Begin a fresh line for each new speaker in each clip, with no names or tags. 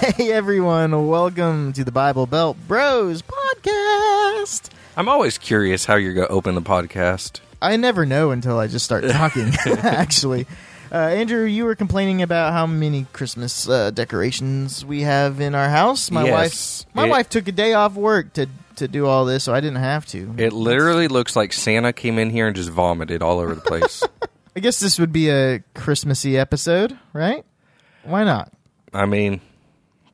Hey everyone, welcome to the Bible Belt Bros podcast.
I'm always curious how you're going to open the podcast.
I never know until I just start talking, actually. Uh, Andrew, you were complaining about how many Christmas uh, decorations we have in our house. My
Yes.
wife, my
It-
wife took a day off work to to do all this, so I didn't have to.
It literally looks like Santa came in here and just vomited all over the place.
I guess this would be a Christmassy episode, right? Why not?
I mean,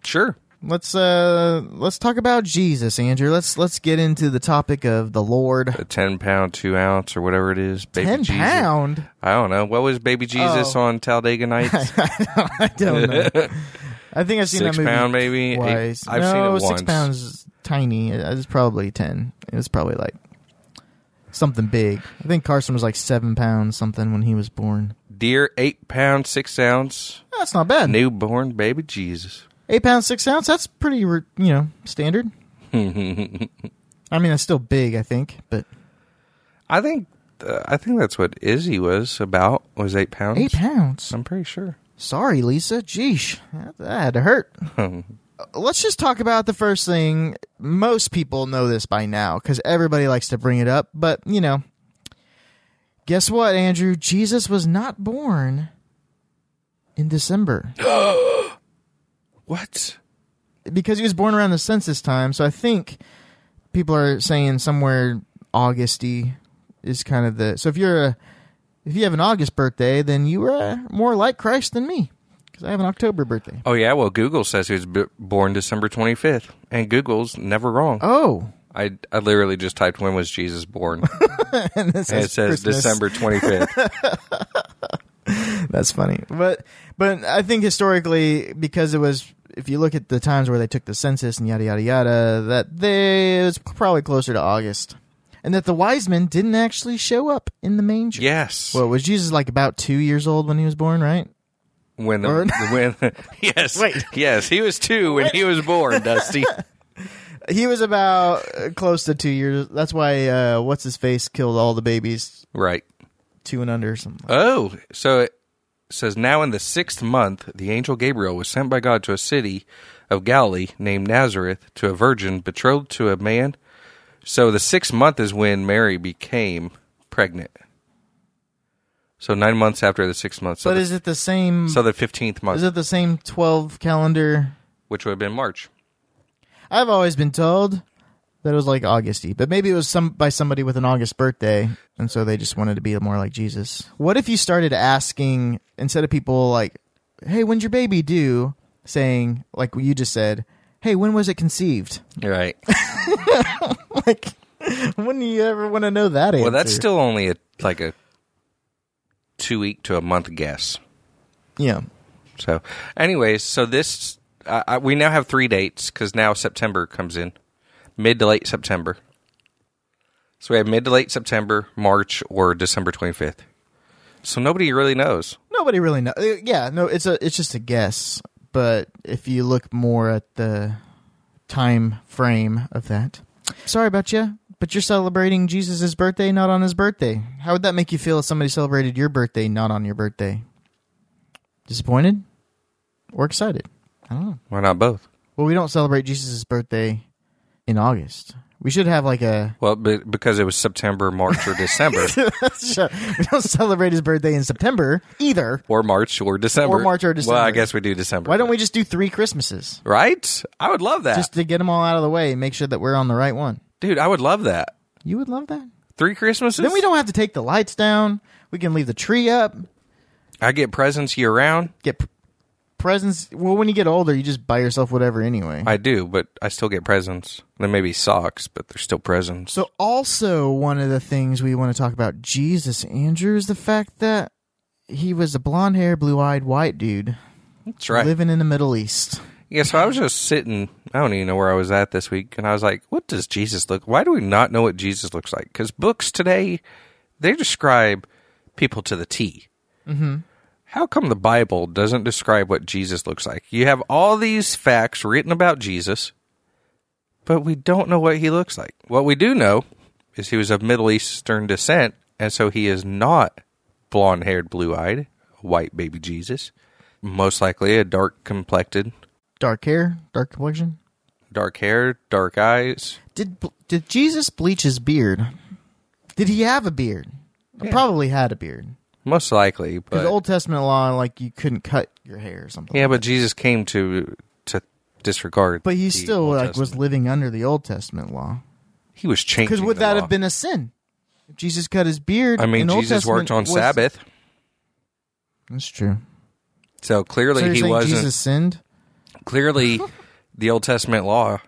sure.
Let's uh let's talk about Jesus, Andrew. Let's let's get into the topic of the Lord.
A 10 pound, 2 ounce, or whatever it is. Baby
Ten
Jesus.
pound.
I don't know. What was Baby Jesus
Oh.
on Talladega Nights?
I don't know. I think I've seen
Six
that movie
pound, maybe? Eight-
twice.
I've
no,
seen it
six
once.
pounds is tiny. It was probably ten. It was probably like something big. I think Carson was like seven pounds something when he was born.
Dear 8 pound, 6 ounce,
That's not bad.
newborn baby Jesus.
Eight pounds six ounce. That's pretty re- you know standard. I mean, it's still big. I think, but
I think uh, I think that's what Izzy was about, was 8 pounds.
eight pounds.
I'm pretty sure.
Sorry, Lisa. Jeesh, that, that had to hurt. Let's just talk about the first thing. Most people know this by now because everybody likes to bring it up, but you know, guess what, Andrew? Jesus was not born in December
What?
because he was born around the census time. So I think people are saying somewhere Augusty is kind of the. So if you're a, if you have an August birthday, then you are uh, more like Christ than me because I have an October birthday.
Oh yeah, well Google says he was b- born December 25th, and Google's never wrong.
Oh.
I I literally just typed when was Jesus born,
This
and
is
it says
Christmas.
December 25th.
That's funny, but but I think historically because it was if you look at the times where they took the census and yada yada yada that they it was probably closer to August, and that the wise men didn't actually show up in the manger.
yes,
Well, was Jesus like about two years old when he was born, right?
when the, when yes
Wait.
yes he was two when he was born, Dusty.
He was about uh, close to two years. That's why uh, what's his face killed all the babies
right.
two and under or something.
Oh, so it says now in the sixth month the angel Gabriel was sent by God to a city of Galilee named Nazareth to a virgin betrothed to a man. So the sixth month is when Mary became pregnant. So nine months after the sixth month. So
but
the
is it the same?
So the fifteenth month,
is it the same twelve calendar?
which would have been March.
I've always been told that it was like Augusty, but maybe it was some by somebody with an August birthday, and so they just wanted to be more like Jesus. What if you started asking instead of people like, "Hey, when's your baby due?" saying like what you just said, "Hey, when was it conceived?"
Right.
like, when do you ever want to know that answer?
Well, that's still only a like a two week to a month guess.
yeah.
So, anyways, so this I I we now have three dates because now September comes in, mid to late September. So we have mid to late September, March, or December twenty fifth. So nobody really knows.
Nobody really knows. Yeah, no, it's a it's just a guess, but if you look more at the time frame of that. Sorry about you, but you're celebrating Jesus' birthday not on his birthday. How would that make you feel if somebody celebrated your birthday not on your birthday? Disappointed or excited?
Why not both?
Well, we don't celebrate Jesus' birthday in August. We should have like a
Well, be, because it was September, March, or December,
we don't celebrate his birthday in September either.
or March, or December,
Or March or
Well,
December.
I guess we do December.
Why don't we just do three Christmases?
Right? I would love that.
Just to get them all out of the way and make sure that we're on the right one.
Dude, I would love that.
You would love that.
Three Christmases?
Then we don't have to take the lights down. We can leave the tree up.
I get presents year round.
Get p- presents. Well, when you get older, you just buy yourself whatever anyway.
I do, but I still get presents. There may be socks, but they're still presents.
so, also one of the things we want to talk about Jesus Andrew is the fact that he was a blonde haired, blue eyed white dude
That's right.
living in the Middle East.
yeah, so I was just sitting, I don't even know where I was at this week, and I was like, what does Jesus look Why do we not know what Jesus looks like? Because books today, they describe people to the T. Mm-hmm. How come the Bible doesn't describe what Jesus looks like? You have all these facts written about Jesus, but we don't know what he looks like. What we do know is he was of Middle Eastern descent, and so he is not blonde haired, blue eyed, white baby Jesus. Most likely a dark complected
dark hair, dark complexion.
Dark hair, dark eyes.
Did did Jesus bleach his beard? Did he have a beard? He Probably had a beard.
Most likely,
Because
but
Old Testament law, like you couldn't cut your hair or something.
yeah, but Jesus came to to disregard.
but he
the
still
Old
like was
Testament.
living under the Old Testament law.
he was changing.
Because would
the
that
law.
have been a sin? If Jesus cut his beard.
I mean,
and Old
Jesus worked on
Testament was-
Sabbath,
That's true.
so clearly
so you're
he
saying
wasn't.
Jesus sinned.
Clearly, the Old Testament law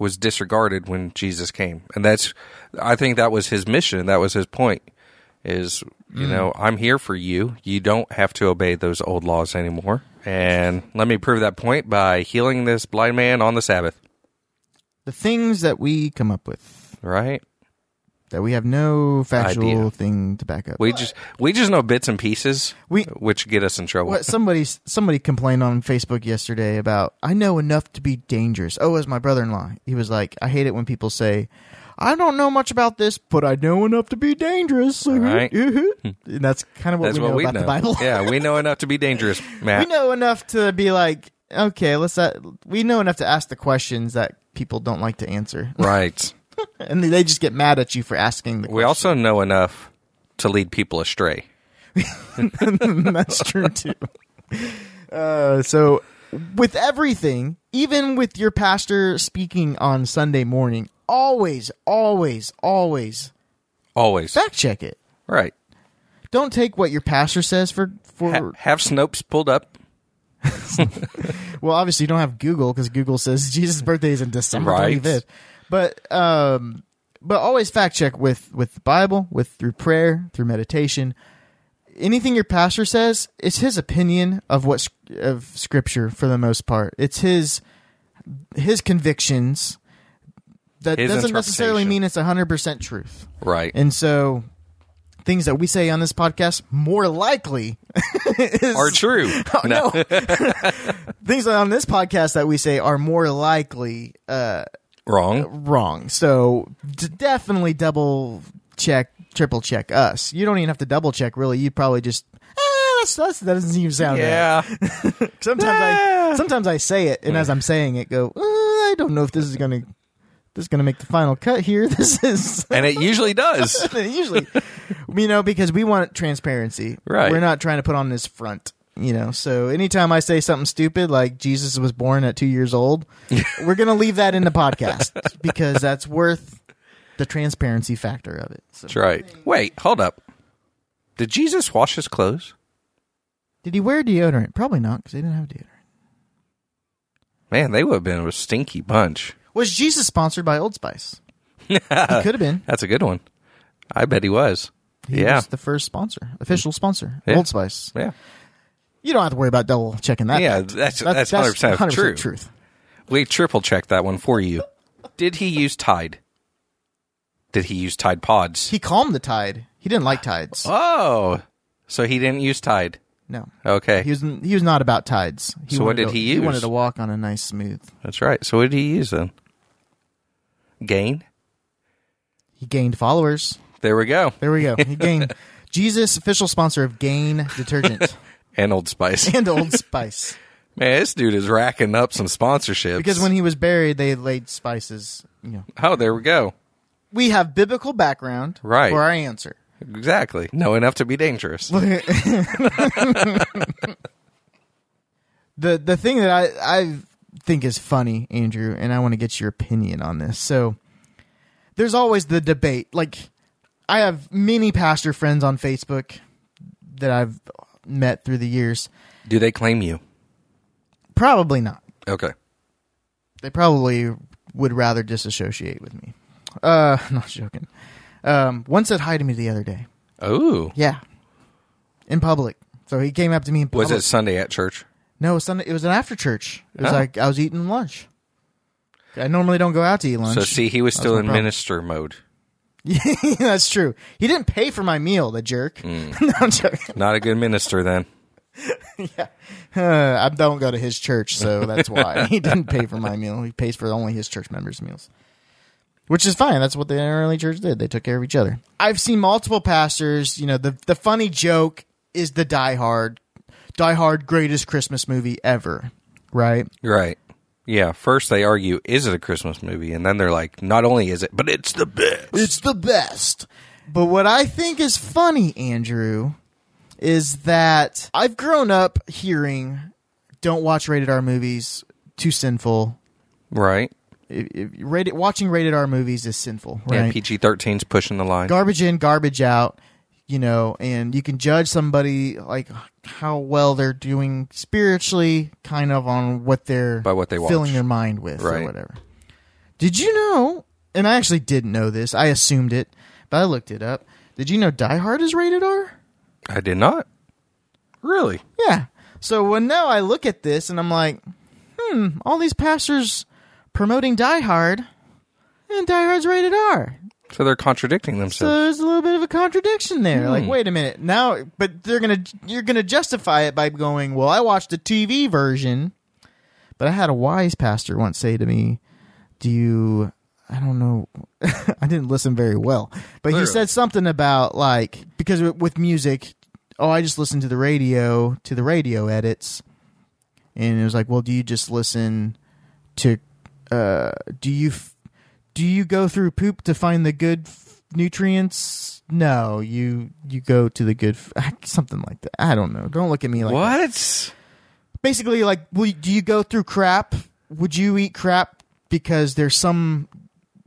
was disregarded when Jesus came, and that's. I think that was his mission. That was his point. Is you
Hmm.
know I'm here for you. You don't have to obey those old laws anymore. And let me prove that point by healing this blind man on the Sabbath.
The things that we come up with
Right?
that we have no factual
Idea.
thing to back up.
We just we just know bits and pieces,
We-
which get us in trouble.
What somebody somebody complained on Facebook yesterday about I know enough to be dangerous. Oh, as my brother in law, he was like, I hate it when people say, I don't know much about this, but I know enough to be dangerous.
right.
and that's kind of what
That's
we
what
know
we
about
know.
the Bible.
yeah, we know enough to be dangerous,
we
Matt.
know enough to be like, okay, let's. Uh, we know enough to ask the questions that people don't like to answer,
Right.
and they just get mad at you for asking the.
We also know enough to lead people astray.
That's true too. Uh, so, with everything, even with your pastor speaking on Sunday morning, always, always, always
Always.
fact check it.
Right.
Don't take what your pastor says for
Ha-
for.
have Snopes pulled up.
Well, obviously, you don't have Google because Google says Jesus' birthday is in December
Right.
twenty fifth. But um, but always fact check with with the Bible, with through prayer, through meditation. Anything your pastor says, it's his opinion of what sc- of Scripture for the most part. It's his his convictions. That
His
doesn't necessarily
interpretation.
mean it's hundred percent truth.
Right.
And so, things that we say on this podcast more likely is Oh,
Are true.
no. Things on this podcast that we say are more likely uh,
Wrong.
wrong. So d- definitely double check, triple check us. You don't even have to double check, really. You probably just. "Eh, That's, that's, that doesn't even sound right.
Yeah.
Sometimes I
Ah.
sometimes I say it, and as I'm saying it, go. "Uh, I don't know if this is gonna this is gonna make the final cut here. This is
and it usually does.
usually, you know, because we want transparency.
Right.
We're not trying to put on this front, you know. So anytime I say something stupid, like Jesus was born at two years old, we're gonna leave that in the podcast because that's worth the transparency factor of it. So,
That's right. Wait, hold up. Did Jesus wash his clothes?
did he wear deodorant? Probably not, because he didn't have deodorant.
Man, they would have been a stinky bunch.
Was Jesus sponsored by Old Spice?
Uh,
he could have been.
That's a good one. I bet he was.
He
yeah.
was the first sponsor, official sponsor,
Yeah.
Old Spice.
yeah.
You don't have to worry about double checking that.
Yeah, that's that's hundred percent true.
truth.
We triple checked that one for you. Did he use Tide? Did he use Tide Pods?
He calmed the tide. He didn't like tides.
Oh, so he didn't use Tide.
No.
Okay,
He was he was not about tides. He
So
wanted
what did
to-
he
He
use?
wanted to walk on a nice smooth.
that's right. So what did he use then? Gain.
He gained followers.
There we go.
There we go. He gained Jesus, official sponsor of Gain detergent
And Old Spice.
and Old Spice.
Man, this dude is racking up some sponsorships.
Because when he was buried, they laid spices. You know,
oh, there we go.
we have biblical background
Right.
for our answer.
Exactly. Know enough to be dangerous.
the the thing that I I think is funny, Andrew, and I want to get your opinion on this. So there's always the debate. Like I have many pastor friends on Facebook that I've met through the years.
Do they claim you?
Probably not.
Okay.
They probably would rather disassociate with me. Uh, not joking. Um, one said hi to me the other day.
Oh,
Yeah, in public. So he came up to me. In
was
public.
it Sunday at church?
No, it was Sunday. It was an after church. It was
Oh.
like I was eating lunch. I normally don't go out to eat lunch.
So see, he was still
my
in
problem.
minister mode.
Yeah, that's true. He didn't pay for my meal, the jerk.
Hmm.
no, I'm joking.
Not a good minister then.
Uh, I don't go to his church, so that's why he didn't pay for my meal. He pays for only his church members' meals, which is fine. That's what the early church did. They took care of each other. I've seen multiple pastors. You know, the the funny joke is the Die Hard, Die Hard greatest Christmas movie ever, right?
Right. Yeah, first they argue, is it a Christmas movie? And then they're like, not only is it, but it's the best.
It's the best. But what I think is funny, Andrew, is that I've grown up hearing don't watch rated R movies, too sinful.
right?
If- if- rated, watching rated R movies is sinful, right?
Yeah, PG 13's pushing the line.
garbage in, garbage out, you know, and you can judge somebody like how well they're doing spiritually, kind of on what they're
By what they watch.
filling their mind with
Right.
or whatever. Did you know? And I actually didn't know this. I assumed it, but I looked it up. Did you know Die Hard is rated R?
I did not. Really?
Yeah. So when now I look at this and I'm like, hmm, all these pastors promoting Die Hard, and Die Hard's rated R.
So they're contradicting
So
themselves. Hmm.
there's a little bit of a contradiction there. Like, wait a minute, now, but they're gonna you're gonna justify it by going, well, I watched the TV version, but I had a wise pastor once say to me, "Do you?" I don't know. I didn't listen very well, but he
Clearly.
said something about like because with music, oh, I just listen to the radio to the radio edits, and it was like, well, do you just listen to? Uh, do you f- do you go through poop to find the good f- nutrients? No, you you go to the good f- ah, something like that. I don't know. Don't look at me like that.
what?
Basically, like, will, do you go through crap? Would you eat crap because there's some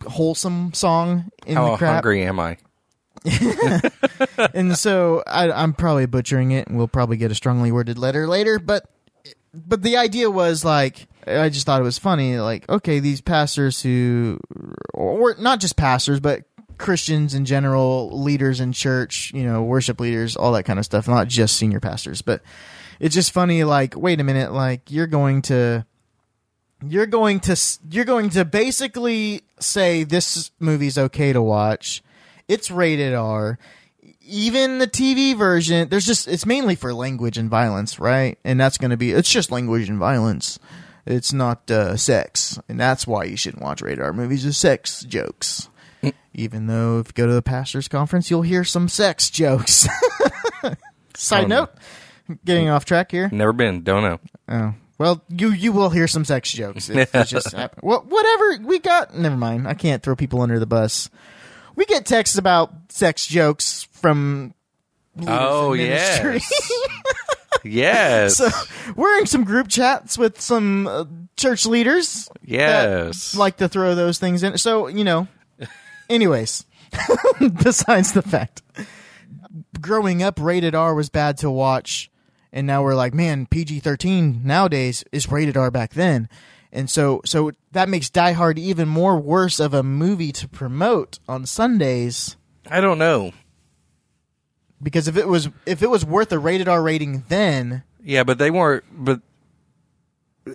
wholesome song in
How
the crap?
hungry am I?
and so I, I'm probably butchering it, and we'll probably get a strongly worded letter later. But but the idea was like I just thought it was funny. Like okay, these pastors who, or not just pastors, but Christians in general, leaders in church, you know, worship leaders, all that kind of stuff. Not just senior pastors, but it's just funny. Like wait a minute, like you're going to. You're going to s- you're going to basically say this movie's okay to watch. It's rated R even the TV version, there's just it's mainly for language and violence, right? And that's going to be it's just language and violence. It's not uh, sex, and that's why you shouldn't watch radar movies with sex jokes. Even though if you go to the pastors' conference, you'll hear some sex jokes. Side
Oh, no.
note, getting off track here.
Never been. Don't know.
Oh well, you you will hear some sex jokes. It, it's just well, whatever we got. Never mind. I can't throw people under the bus. We get texts about sex jokes from. leaders
Oh,
in ministry.
yes. Yes.
so we're in some group chats with some uh, church leaders. that
yes.
like to throw those things in. So you know. Anyways, besides the fact, growing up, rated R was bad to watch, and now we're like, man, PG thirteen nowadays is rated R back then, and so so that makes Die Hard even more worse of a movie to promote on Sundays
I don't know.
because if it was if it was worth a rated R rating then.
Yeah, but they weren't. But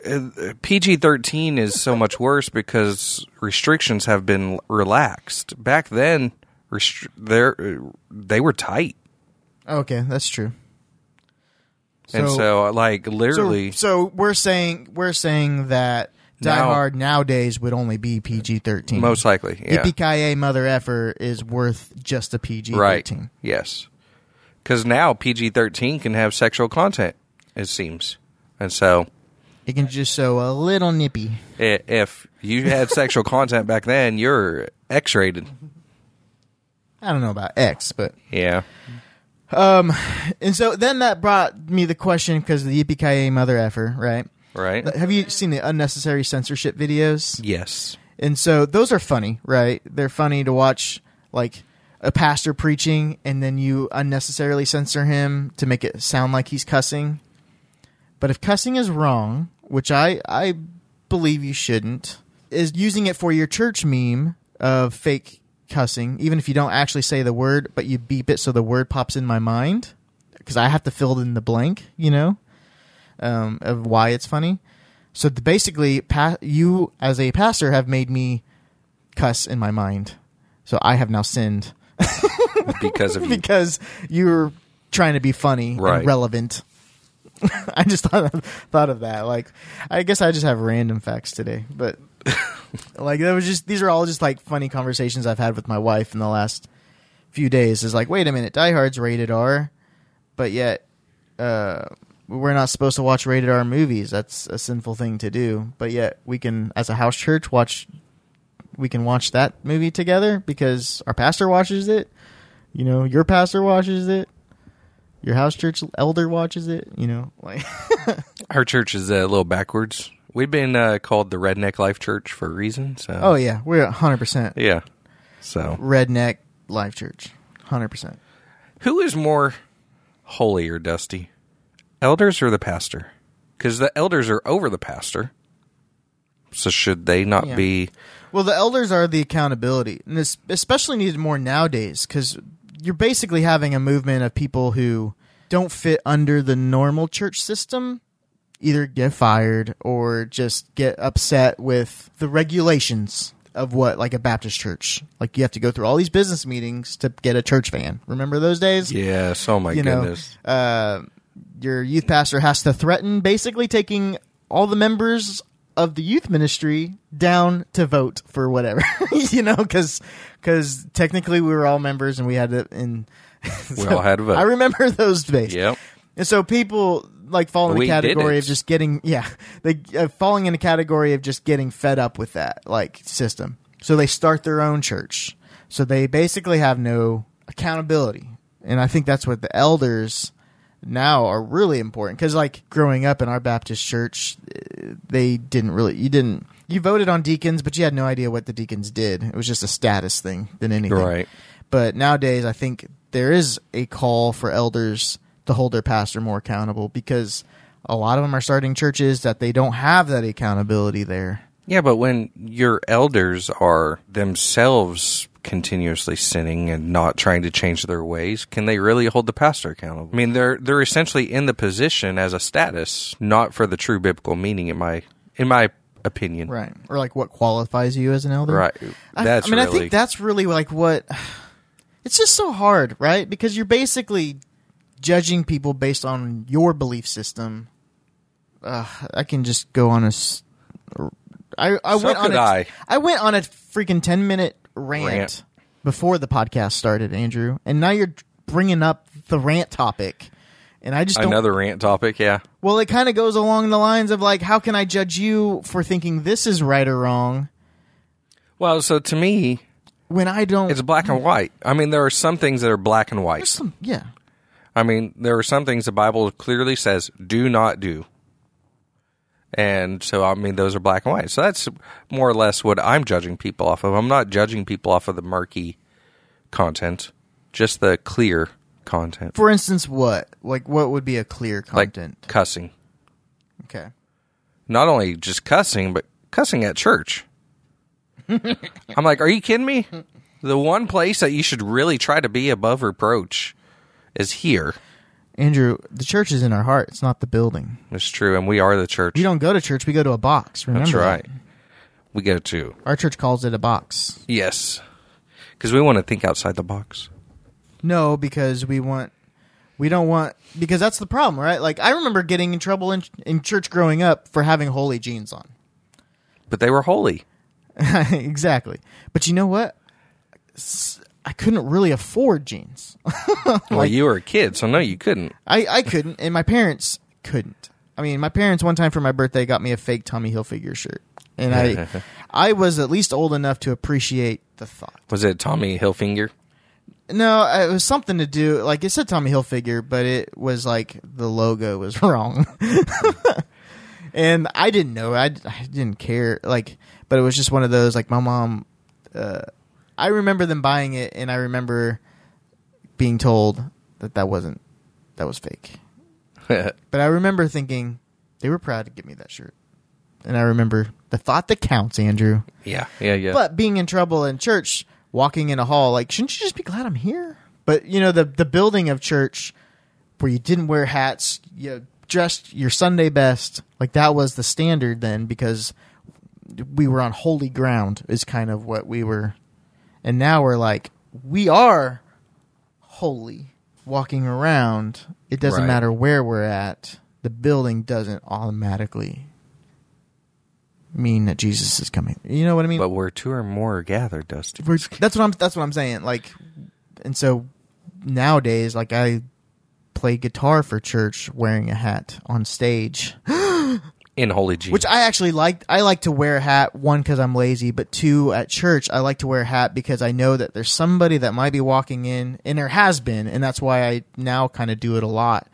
uh, PG thirteen is so much worse because restrictions have been relaxed. Back then, restr- there uh, they were tight,
Okay, that's true.
and so like
so,
literally,
so we're saying we're saying that Die
Now-
Hard nowadays would only be PG thirteen.
most likely, yeah,
Yippee mother effer is worth just a PG
right,
thirteen.
yes, because now PG thirteen can have sexual content. It seems, and so
It can just show a little nippy.
i- if you had sexual content back then, you're X rated.
I don't know about X, but
Yeah,
and so then that brought me the question because the Yippee mother effer, right?
right.
Have you seen the unnecessary censorship videos?
Yes.
And so those are funny, right? They're funny to watch, like a pastor preaching, and then you unnecessarily censor him to make it sound like he's cussing. But if cussing is wrong, which I I believe you shouldn't, is using it for your church meme of fake cussing, even if you don't actually say the word, but you beep it so the word pops in my mind, because I have to fill in the blank, you know, um, of why it's funny. So th- basically, pa- you as a pastor have made me cuss in my mind. So I have now sinned
Because of you.
because you're trying to be funny
Right.
and relevant. I just thought of, thought of that. Like, I guess I just have random facts today, but like that was just these are all just like funny conversations I've had with my wife in the last few days. Is like, wait a minute, Die Hard's rated R, but yet uh, we're not supposed to watch rated R movies. That's a sinful thing to do. But yet we can, as a house church, watch. We can watch that movie together because our pastor watches it. You know, your pastor watches it. Your house church elder watches it. You know, like
Our church is uh, a little backwards. We've been uh, called the Redneck Life Church for a reason. So,
oh yeah, we're hundred percent
yeah. So,
redneck life church, hundred percent.
who is more holy or dusty, elders or the pastor? Because the elders are over the pastor. So should they not
Yeah.
be?
Well, the elders are the accountability, and this especially needed more nowadays because you're basically having a movement of people who don't fit under the normal church system, either get fired or just get upset with the regulations of what like a Baptist church. Like you have to go through all these business meetings to get a church van. Remember those days?
Yes. Oh my
you
goodness.
know, uh, your youth pastor has to threaten basically taking all the members of the youth ministry down to vote for whatever, you know, because technically we were all members and we had to. And
we all had a vote.
I remember those days.
Yep.
And so people like fall in the
We did
category
it.
of just getting yeah, they uh, falling in the category of just getting fed up with that like system. So they start their own church. So they basically have no accountability. And I think that's what the elders now are really important cuz like growing up in our Baptist church eh, they didn't really you didn't you voted on deacons but you had no idea what the deacons did. It was just a status thing than anything.
Right.
But nowadays, I think there is a call for elders to hold their pastor more accountable because a lot of them are starting churches that they don't have that accountability there.
Yeah, but when your elders are themselves continuously sinning and not trying to change their ways, can they really hold the pastor accountable? I mean, they're they're essentially in the position as a status, not for the true biblical meaning in my in my opinion.
Right. Or like what qualifies you as an elder.
Right.
I,
That's
I mean,
really
I think that's really like what it's just so hard, right? Because you're basically judging people based on your belief system. Uh, I can just go on a. s- I I
So
went on
could
a,
I.
I went on a freaking ten minute rant,
Rant.
before the podcast started, Andrew, and now you're bringing up the rant topic, and I just don't
another rant topic, yeah.
well, it kind of goes along the lines of like, how can I judge you for thinking this is right or wrong
Well, so to me,
when I don't?
it's black and white. I mean, there are some things that are black and white.
some, yeah,
I mean, there are some things the Bible clearly says do not do. And so, I mean, those are black and white. So that's more or less what I'm judging people off of. I'm not judging people off of the murky content, just the clear content.
For instance, what like what would be a clear
Like
content?
cussing.
okay,
Not only just cussing, but cussing at church. I'm like, are you kidding me? The one place that you should really try to be above reproach is here.
Andrew, the church is in our heart. It's not the building.
It's true. And we are the church.
We don't go to church. We go to a box. Remember
That's
that.
right. We go to
Our church calls it a box.
Yes. Because we want to think outside the box.
No, because we want we don't want because that's the problem, right? Like I remember getting in trouble in, in church growing up for having holy jeans on.
But they were holy.
exactly. But you know what? S- I couldn't really afford jeans.
Well, you were a kid, so no, you couldn't.
I, I couldn't, and my parents couldn't. I mean, my parents one time for my birthday got me a fake Tommy Hilfiger shirt, and I I was at least old enough to appreciate the thought.
Was it Tommy Hilfinger?
No, it was something to do like it said Tommy Hilfiger, but it was like the logo was wrong, and I didn't know. I, I didn't care. Like, but it was just one of those. Like my mom, uh, I remember them buying it, and I remember being told that that wasn't that was fake. But I remember thinking they were proud to give me that shirt, and I remember the thought that counts, Andrew.
yeah, yeah, yeah.
But being in trouble in church, walking in a hall, like, shouldn't you just be glad I'm here? But you know, the the building of church where you didn't wear hats, you dressed your Sunday best, like that was the standard then because we were on holy ground is kind of what we were and now we're like, we are holy walking around. It doesn't
Right.
matter where we're at. The building doesn't automatically mean that Jesus is coming. You know what I mean?
But where two or more are gathered, Dusty.
We're- that's what I'm. That's what I'm saying. Like, and so nowadays, like I play guitar for church wearing a hat on stage,
in Holy G.
which I actually like. I like to wear a hat one because I'm lazy, but two at church I like to wear a hat because I know that there's somebody that might be walking in, and there has been, and that's why I now kind of do it a lot,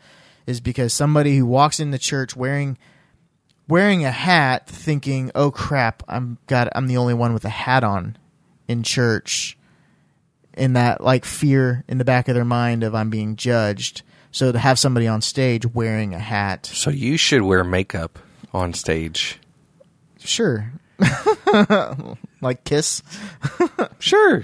is because somebody who walks in the church wearing wearing a hat, thinking, "Oh crap, I'm got I'm the only one with a hat on in church." in that like fear in the back of their mind of I'm being judged. So to have somebody on stage wearing a hat,
so you should wear makeup on stage.
sure, like Kiss.
Sure.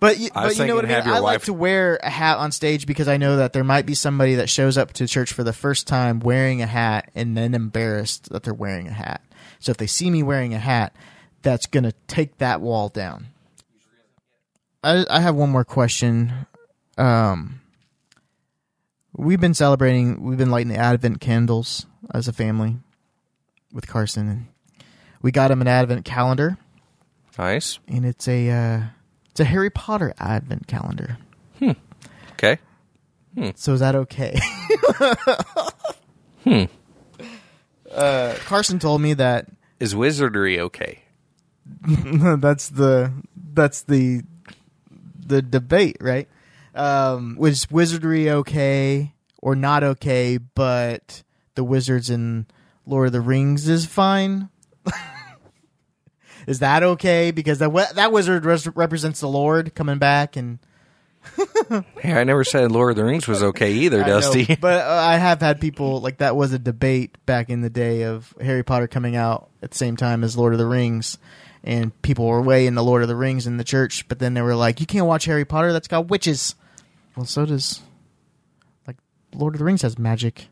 But you,
I was
but you know
thinking
what I mean.
have your
I like
wife-
to wear a hat on stage because I know that there might be somebody that shows up to church for the first time wearing a hat and then embarrassed that they're wearing a hat. So if they see me wearing a hat, that's gonna take that wall down. I I have one more question. Um, we've been celebrating. We've been lighting the Advent candles as a family with Carson, and we got him an Advent calendar
Nice.
and it's a uh, it's a Harry Potter advent calendar.
Okay.
So is that okay? hmm. Uh, Carson told me that
Is wizardry okay?
that's the that's the the debate, right? Um, was wizardry okay or not okay? But the wizards in Lord of the Rings is fine. is that okay? Because that wi- that wizard res- represents the Lord coming back and
Hey, I never said Lord of the Rings was okay either,
I know,
Dusty.
but uh, I have had people like that was a debate back in the day of Harry Potter coming out at the same time as Lord of the Rings, and people were way into Lord of the Rings in the church, but then they were like, "You can't watch Harry Potter. That's got witches." Well, so does like Lord of the Rings has magic,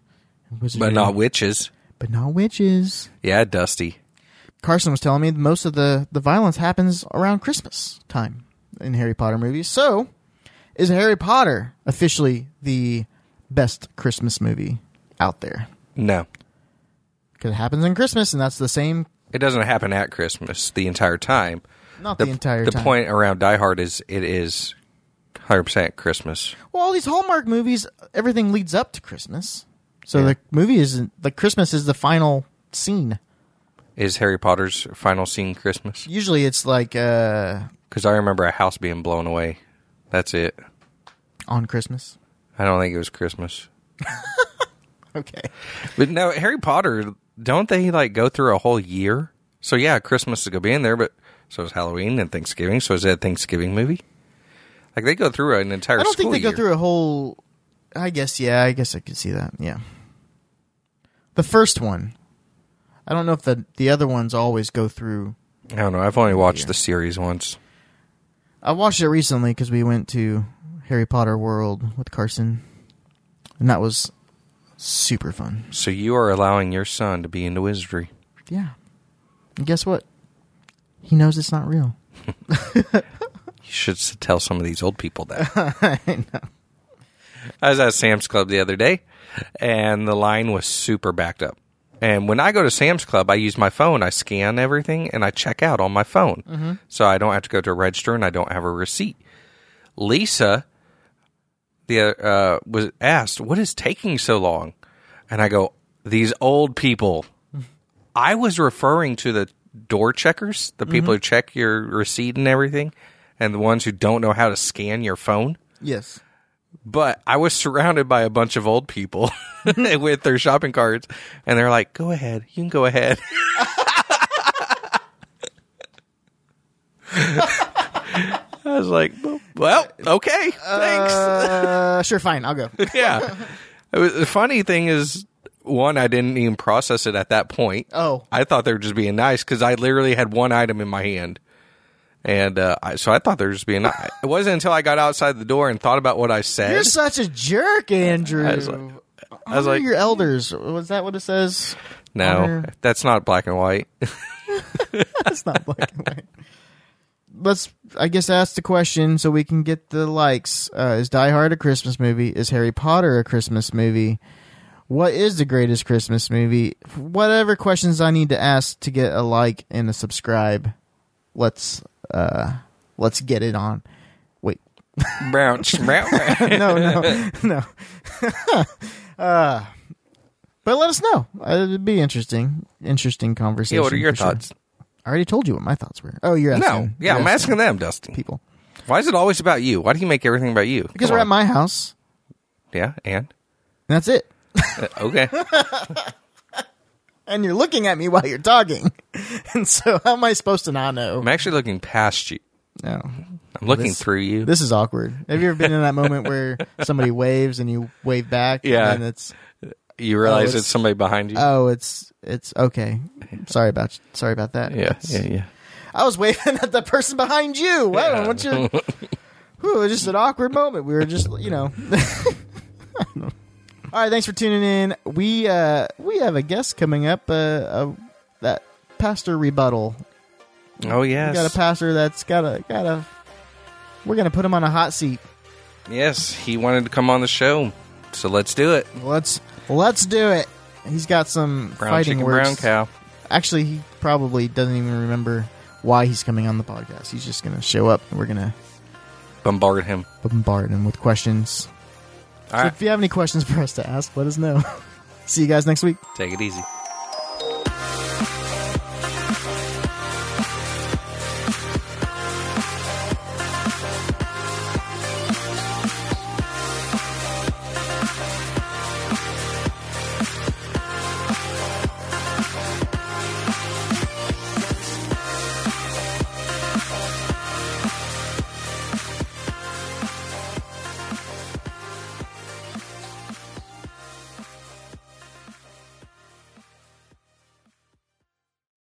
and wizardry,
But not witches.
but not witches.
Yeah, Dusty.
Carson was telling me most of the the violence happens around Christmas time in Harry Potter movies. So, is Harry Potter officially the best Christmas movie out there?
No.
Because it happens in Christmas, and that's the same.
It doesn't happen at Christmas the entire time.
Not the, entire
the
time.
point around Die Hard is it is 100% Christmas.
Well, all these Hallmark movies, everything leads up to Christmas. So the movie isn't like Christmas is the final scene.
Is Harry Potter's final scene Christmas?
Usually, it's like uh,
Because I remember a house being blown away. That's it.
on Christmas.
I don't think it was Christmas.
Okay.
But no, Harry Potter, don't they like go through a whole year? So yeah, Christmas is gonna be in there, but so is Halloween and Thanksgiving. So is that a Thanksgiving movie? Like they go through an entire.
I don't think
school
they go
year.
through a whole. I guess yeah. I guess I could see that. Yeah. The first one. I don't know if the the other ones always go through.
I don't know. I've only watched the series once.
I watched it recently because we went to Harry Potter World with Carson, and that was super fun.
So you are allowing your son to be into wizardry.
Yeah. And guess what? He knows it's not real.
You should s- tell some of these old people that.
I know.
I was at Sam's Club the other day, and the line was super backed up. And when I go to Sam's Club, I use my phone. I scan everything and I check out on my phone, so I don't have to go to a register and I don't have a receipt. Lisa, the uh, was asked, "What is taking so long?" And I go, "These old people." I was referring to the door checkers, the people who check your receipt and everything, and the ones who don't know how to scan your phone
Yes.
but I was surrounded by a bunch of old people with their shopping carts, and they're like, "Go ahead, you can go ahead." I was like, "Well, okay, thanks."
Uh, sure, fine. I'll go.
yeah. It was- the funny thing is, one, I didn't even process it at that point.
Oh.
I thought they were just being nice because I literally had one item in my hand. And uh, I, so I thought they were just being nice. It wasn't until I got outside the door and thought about what I said.
You're such a jerk, Andrew.
I was like- I was
Honor
like-
your elders. Was that what it says?
No,
Honor-
that's not black and white.
That's not black and white. Let's, I guess, ask the question so we can get the likes. Uh, is Die Hard a Christmas movie? Is Harry Potter a Christmas movie? What is the greatest Christmas movie? Whatever questions I need to ask to get a like and a subscribe, let's uh, let's get it on. Wait,
Brown, brown, brown.
no, no, no. But let us know. Uh, It'd be interesting. Interesting conversation.
Yeah, what are your
for sure.
thoughts?
I already told you what my thoughts were. Oh, you're asking.
No, yeah,
you're
I'm asking them, Dustin.
people
Why is it always about you? Why do you make everything about you?
because
Come
we're at
on.
my house.
yeah, and
And that's it.
Uh, okay,
And you're looking at me while you're talking, and so how am I supposed to not know?
I'm actually looking past you.
No,
I'm looking
This-
through you.
this is awkward. Have you ever been in that moment where somebody waves and you wave back?
Yeah.
and it's
you realize
oh, it's-
it's somebody behind you.
oh, it's it's okay. Sorry about sorry about that.
yeah,
It's-
yeah, yeah.
I was waving at the person behind you. Wow,
Yeah.
what you? Whew, it was just an awkward moment. We were just, you know. All right, thanks for tuning in. We uh, we have a guest coming up. Uh, uh, that pastor rebuttal.
Oh yes,
We got a pastor that's got a got a. We're gonna put him on a hot seat.
yes. He wanted to come on the show, so let's do it.
Let's let's do it. He's got some
Brown
fighting
chicken,
words.
brown cow.
Actually, he probably doesn't even remember why he's coming on the podcast. He's just gonna show up. and We're gonna
Bombard him.
bombard him with questions.
All
So
right,
if you have any questions for us to ask, let us know. See you guys next week.
take it easy.